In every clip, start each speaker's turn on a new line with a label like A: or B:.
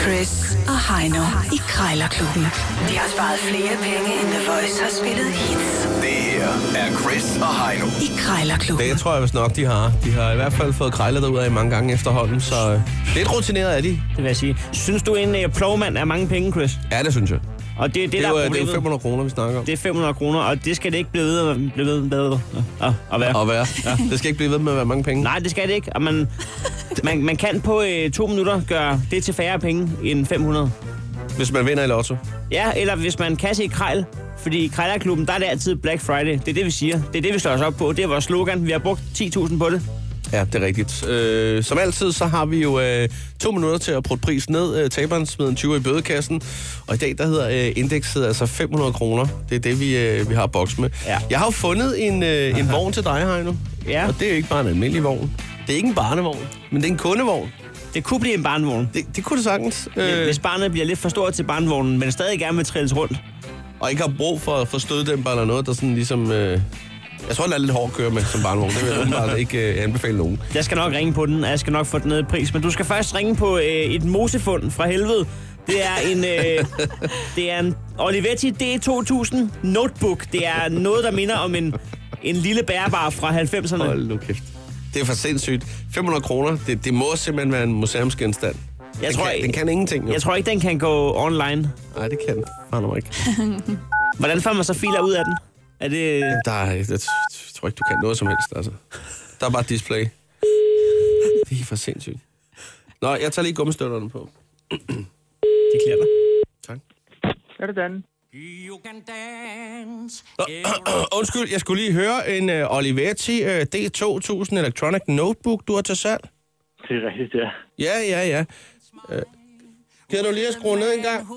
A: Chris og Heino i Krejlerklubben. De har sparet flere penge, end The Voice har spillet hits
B: Det her er Chris og Heino.
A: i Krejlerklubben.
C: Det tror jeg vist nok, de har. De har i hvert fald fået krejlet derud af mange gange efterhånden, så øh, lidt rutineret er de.
D: Det vil jeg sige. Synes du, en øh, plovmand er mange penge, Chris?
C: Ja, det synes jeg.
D: Og det, det,
C: Det
D: der
C: er,
D: er
C: jo, øh, det er
D: problemet.
C: jo 500 kroner, vi snakker om.
D: det er 500 kroner, og det skal det ikke blive ved at, blive ved, ved at, at være.
C: At være. Det skal ikke blive ved med at være mange penge.
D: Nej, det skal det ikke. Og man, man, man kan på øh, to minutter gøre det til færre penge end 500.
C: Hvis man vinder i lotto.
D: Ja, eller hvis man kan se krejl. Fordi i Krejlerklubben, der er det altid Black Friday. Det er det, vi siger. Det er det, vi slår os op på. Det er vores slogan. Vi har brugt 10.000 på det.
C: Ja, det er rigtigt. Øh, som altid, så har vi jo øh, to minutter til at prutte pris ned. Øh, taberen smider en 20 i bødekassen. Og i dag, der hedder øh, indekset altså 500 kroner. Det er det, vi, øh, vi har boks med.
D: Ja.
C: Jeg har jo fundet en, øh, en vogn til dig, Heino.
D: Ja.
C: Og det er jo ikke bare en almindelig vogn. Det er ikke en barnevogn, men det er en kundevogn.
D: Det kunne blive en barnvogn.
C: Det, det kunne det sagtens.
D: Øh.
C: Øh,
D: Hvis barnet bliver lidt for stort til barnvognen, men stadig gerne vil trilles rundt.
C: og ikke har brug for, for støddæmper eller noget, der sådan ligesom... Øh, jeg tror, den er lidt hård at køre med som barnevogn. Det vil jeg åbenbart ikke øh, anbefale nogen.
D: Jeg skal nok ringe på den, og jeg skal nok få den ned i pris. Men du skal først ringe på øh, et mosefund fra helvede. Det er en, øh, det er en Olivetti D2000 notebook. Det er noget, der minder om en, en lille bærbar fra 90'erne.
C: Hold nu kæft. Det er for sindssygt. 500 kroner, det, det må simpelthen være en museumsgenstand.
D: Jeg
C: den,
D: tror,
C: kan,
D: jeg-
C: den kan ingenting. Jo.
D: Jeg tror ikke, den kan gå online.
C: Nej, det kan den. Fandme ikke.
D: Hvordan får man så filer ud af den? Er det... øh,
C: Der er, jeg, jeg tror ikke, du kan noget som helst. Altså. Der er bare et display. Det er for sindssygt. Nå, jeg tager lige gummistøvlerne på.
D: De klæder dig.
C: Tak.
E: Er det Dan?
D: You can dance.
C: Nå, undskyld, jeg skulle lige høre en uh, Olivetti uh, D2000 Electronic Notebook, du har til salg.
E: Det er rigtigt, ja.
C: Ja, ja, ja. Uh, kan du lige at skrue ned en gang?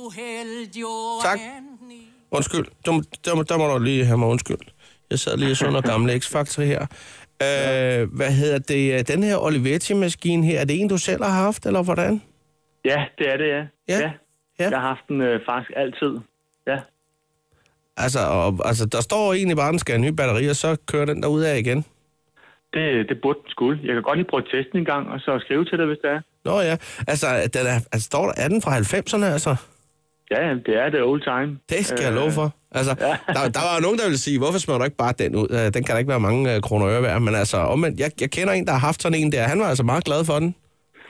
C: Tak. Undskyld. Der, må- der, må- der må du lige have mig undskyld. Jeg sad lige og så noget gamle X-Factor her. Øh, hvad hedder det? Den her Olivetti-maskine her, er det en, du selv har haft, eller hvordan?
E: Ja, det er det, ja.
C: Ja. Ja.
E: Jeg har haft den øh, faktisk altid. Ja.
C: Altså, og, altså, der står egentlig bare, den skal have nye batterier, så kører den der af igen.
E: Det, det burde den skulle. Jeg kan godt lige prøve at teste den en gang, og så skrive til dig, hvis det er.
C: Nå ja, altså, den er, altså står der, er den fra 90'erne, altså?
E: Ja, ja, det er det old time.
C: Det skal jeg love for. Altså,
E: Øh, ja.
C: der, der var jo nogen, der ville sige, hvorfor smider du ikke bare den ud? Øh, Den kan da ikke være mange øh, kroner og øre værd. Men altså, omvendt, jeg, jeg kender en, der har haft sådan en der. Han var altså meget glad for den.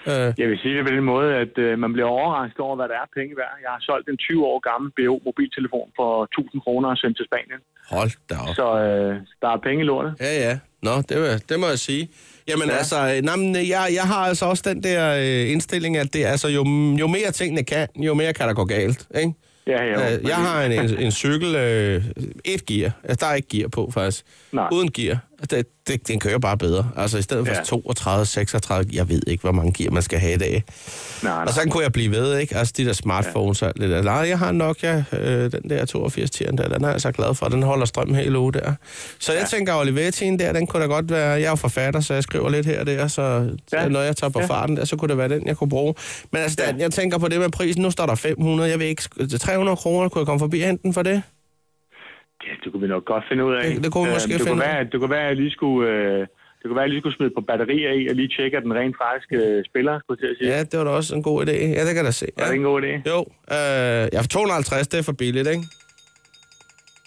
C: Øh,
E: Jeg vil sige det på den måde, at øh, man bliver overrasket over, hvad der er penge værd. Jeg har solgt en 20 år gammel BO-mobiltelefon for 1000 kroner og sendt til Spanien.
C: hold da op.
E: Så øh, der er penge i lortet.
C: Ja, ja. Nå, det, var, det må jeg sige. Jamen ja. altså, øh, nej, men, øh, jeg, jeg har altså også den der øh, indstilling, at det, altså, jo, jo mere tingene kan, jo mere kan der gå galt. Ikke?
E: Ja, ja.
C: Øh, jeg har en, en, en cykel, øh, et gear. Altså, der er ikke gear på, faktisk.
E: Nej.
C: Uden gear. Det, det, den kører bare bedre. Altså, i stedet for
E: Ja.
C: 32, 36, jeg ved ikke, hvor mange gear man skal have i dag.
E: Nej,
C: Og
E: nej.
C: sådan kunne jeg blive ved, ikke? Altså, de der smartphones og alt det der. Nej, jeg har en Nokia, øh, den der 82 10 der, den er jeg så glad for. Den holder strøm hele uge der. Så jeg tænker, Olivetti'en der, den kunne da godt være... Jeg er jo forfatter, så jeg skriver lidt her og der, så ja.
E: Ja.
C: når jeg tager på ja. farten der, så kunne det være den, jeg kunne bruge. Men altså, Dan, jeg tænker på det med prisen. Nu står der 500, jeg ved ikke... sk- 300 kroner, kunne jeg komme forbi og hente den for det?
E: Ja, det kunne vi nok godt finde ud af. Øhm,
C: Det- det kunne vi måske
E: det
C: finde
E: kunne
C: ud af.
E: være, Det kunne være, at jeg lige skulle... Øh, det kunne være, at jeg lige skulle smide på batterier i, og lige tjekke, at den rent faktisk øh, spiller, skulle jeg til at sige.
C: Ja, det var da også en god idé. Ja, det kan jeg da se.
E: Er
C: Ja.
E: det ikke en god idé?
C: Jo, øh, ja, for 250, det er for billigt, ikke?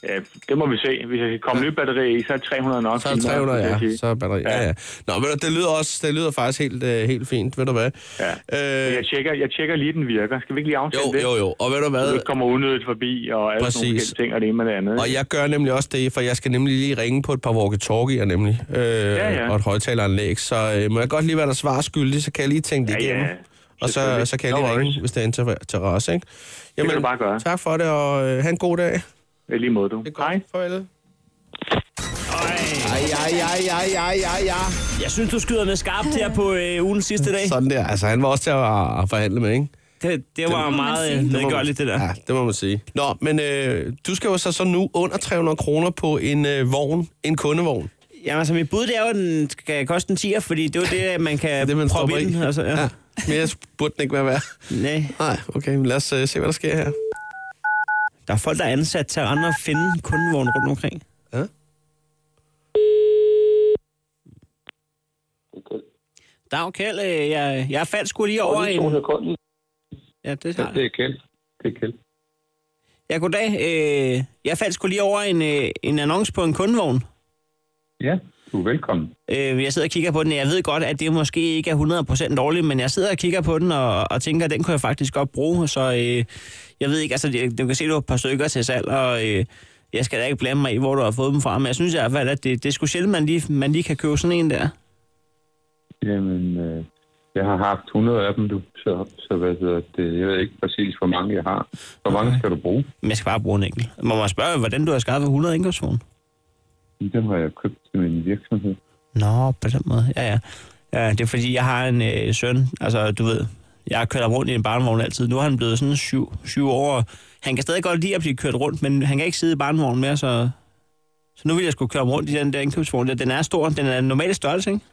E: Ja, det må vi se. Hvis jeg kan komme nye batterier i, så er 300 nok.
C: Så er det
E: Filmer,
C: 300,
E: skulle jeg
C: ja.
E: sige.
C: Så er batteri. Ja,
E: Ja.
C: ja. Nå, men det lyder også, det lyder faktisk helt, øh, helt fint, ved du hvad?
E: Ja. Men
C: Øh,
E: Jeg tjekker, jeg tjekker lige, den virker. Skal vi ikke lige aftale
C: jo,
E: det?
C: jo, jo. Og ved du
E: Så
C: hvad?
E: du ikke kommer unødigt forbi, og alle sådan nogle
C: Præcis.
E: forskellige ting, og det ene med det andet.
C: Og jeg gør nemlig også det, for jeg skal nemlig lige ringe på et par walkie-talkie'er nemlig, øh, ja,
E: ja.
C: og et højtaleranlæg, så øh, må jeg godt lige være der svar skyldig, så kan jeg lige tænke det
E: Ja, ja.
C: igennem. Og så,
E: Selvfølgelig.
C: så kan jeg
E: No
C: lige ringe,
E: worries.
C: hvis det er en til, til os, ikke? Jamen,
E: du bare gøre.
C: Tak for det, og øh, have en god dag. Det
E: Ja, lige måde, du.
C: er godt.
E: Hej.
C: Farvel. Ej, ej, ej, ej, ej, ej, ej.
D: Jeg synes, du skyder med skarpt her på øh, ugens sidste dag.
C: Sådan der. Altså, han var også til at at forhandle med, ikke?
D: Det, det var meget øh,
C: Det må man-
D: nedgørligt, det der.
C: Ja, det må man sige. Nå, men øh, du skal jo så, så nu under 300 kroner på en øh, vogn, en kundevogn.
D: Jamen, altså, mit bud, det er jo, at den skal koste en 10'er, fordi det er jo det, man kan
C: Det, man
D: proppe i
C: stopper i.
D: den. Altså, ja. ja.
C: Mere burde den ikke være værd.
D: Nej.
C: Nej, okay, men lad os øh, se, hvad der sker her.
D: Der er folk, der er ansat til at andre finde kundevogn rundt omkring.
C: Ja.
D: Dag, Kjeld. øh, Jeg, jeg faldt sgu lige over en... Ja, det er
F: Så
D: klart.
F: det er Kjeld. Det er Kjeld.
D: Ja, goddag. Øh, jeg faldt skulle lige over en, øh, en annonce på en kundevogn.
F: Ja, du er velkommen.
D: Øh, jeg sidder og kigger på den. Jeg ved godt, at det måske ikke er 100% dårligt, men jeg sidder og kigger på den og, og tænker, at den kunne jeg faktisk godt bruge. Så øh, jeg ved ikke, altså det- du kan se, at du har et par stykker til salg, og øh, jeg skal da ikke blande mig i, hvor du har fået dem fra. Men jeg synes i hvert fald, at det, det er sgu sjældent, man lige, man lige kan købe sådan en der.
F: Jamen, øh, jeg har haft 100 af dem, du. Så, så hvad hedder det? Jeg ved ikke præcis, hvor mange jeg har. Hvor mange skal du bruge?
D: Men jeg skal bare bruge en enkelt. Må man spørge, hvordan du har skaffet 100 indkøbsvogne?
F: Dem har jeg købt til min virksomhed.
D: Nå, på den måde. Ja, ja. ja det er fordi, jeg har en øh, søn. Altså, du ved, jeg har kørt ham rundt i en barnevogn altid. Nu er han blevet sådan syv, syv år. og Han kan stadig godt lide at blive kørt rundt, men han kan ikke sidde i barnevognen mere, så... Så nu vil jeg skulle køre ham rundt i den der indkøbsvogn. der. Den er stor. Den er en normal størrelse, ikke?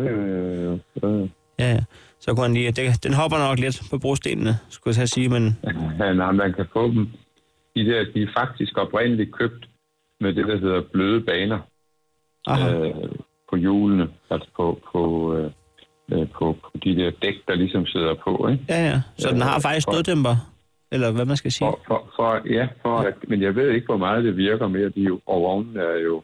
F: Øh, øh,
D: Ja, ja. Så kunne han lige... Det, den hopper nok lidt på brostenene, skulle jeg til at sige, men...
F: øh, nej, man kan få dem. De der, de er faktisk oprindeligt købt med det, der hedder bløde baner
D: Aha.
F: øh, på hjulene. Altså på, på, øh, øh, på, på de der dæk, der ligesom sidder på, ikke?
D: Ja, ja. Så den har faktisk støddæmper. Eller hvad man skal sige.
F: For, for, for, ja, for, at, men jeg ved ikke, hvor meget det virker mere. De er jo, og vognene er jo...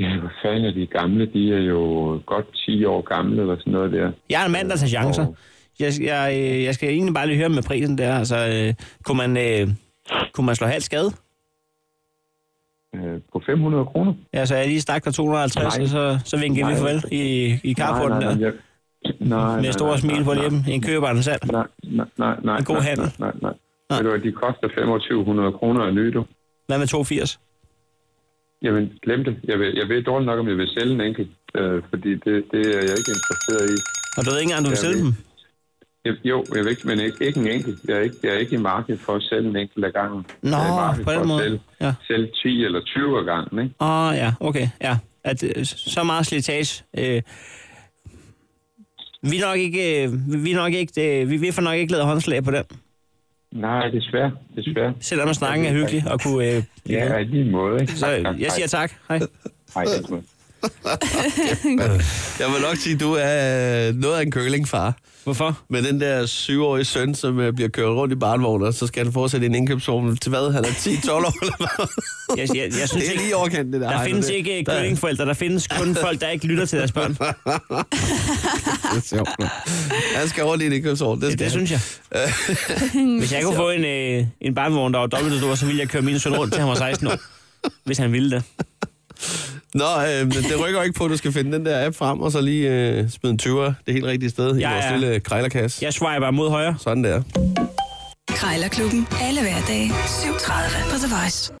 F: Ja, hvad fanden er de gamle? De er jo godt 10 år gamle, eller sådan noget der.
D: Jeg er en mand, der tager chancer. Jeg, jeg, øh, jeg skal egentlig bare lige høre med prisen der. Altså, øh, kunne, man, øh, kunne man slå halv skade?
F: Øh, på 500 kroner?
D: Altså, jeg lige stak dig 250,
F: Nej.
D: og så, så vinker vi
F: Nej.
D: farvel i, i carporten der.
F: jeg, nej,
D: Med store smil på læben. En køber en salg.
F: Nej, nej, nej, nej.
D: En god
F: nej,
D: handel.
F: Nej, nej,
D: Nej.
F: nej. Ved du, hvad, de koster 2500 kroner af nydo.
D: Hvad med 280?
F: Jamen, glem det. Jeg ved, jeg ved dårligt nok, om jeg vil sælge en enkelt, øh, fordi det, det er jeg ikke interesseret i.
D: Og du ved ikke engang, om du vil
F: Ja,
D: sælge
F: det-
D: dem?
F: Jeg, jo, jeg vil ikke, men ikke, ikke en enkelt. Jeg er ikke, jeg er ikke i markedet for at sælge en enkelt af gangen.
D: Nå,
F: jeg er i markedet
D: på den
F: for at
D: måde.
F: Sælge,
D: Ja.
F: sælge 10 eller 20 af gangen, ikke?
D: Åh, oh, ja, okay, ja. At, øh, så meget slitage. Øh, vi er nok ikke, øh, vi er nok ikke, øh, vi, vi får nok ikke lavet håndslag på den.
F: Nej, desværre. desværre.
D: Selvom snakken er hyggelig og kunne... Øh, blive ved.
F: Ja, i lige måde, ikke?
D: så øh, jeg siger tak. Hej.
F: Nej, nej,
C: Jeg vil nok sige, at du er øh, noget af en curlingfar.
D: Hvorfor?
C: Med den der syvårige søn, som øh, bliver kørt rundt i barnvogn, og så skal han fortsætte en indkøbsvogn til hvad? Han er 10-12 år eller hvad?
D: Jeg, jeg, jeg synes
C: Det er
D: ikke,
C: lige overkendt, det der.
D: der
C: Heino,
D: findes
C: det.
D: ikke øh,
C: Der-
D: køllingforældre, der findes kun folk, der ikke lytter til deres børn.
C: Det er sjovt. man. Han skal rundt i en indkøbsvogn. Det,
D: Ja,
C: skal
D: det
C: han.
D: synes jeg. Hvis jeg kunne få en, øh, en barnevogn, der var dobbelt så stor, så ville jeg køre min søn rundt, til han var 16 år. Hvis han ville det.
C: Nå, øh, men det rykker ikke på, at du skal finde den der app frem, og så lige øh, smide en 20'er det helt rigtige sted
D: Ja,
C: i vores
D: ja.
C: lille krejlerkasse.
D: Jeg swiper mod højre.
C: Sådan der.
A: Krejlerklubben. Alle hverdage. 7.30 på The Voice.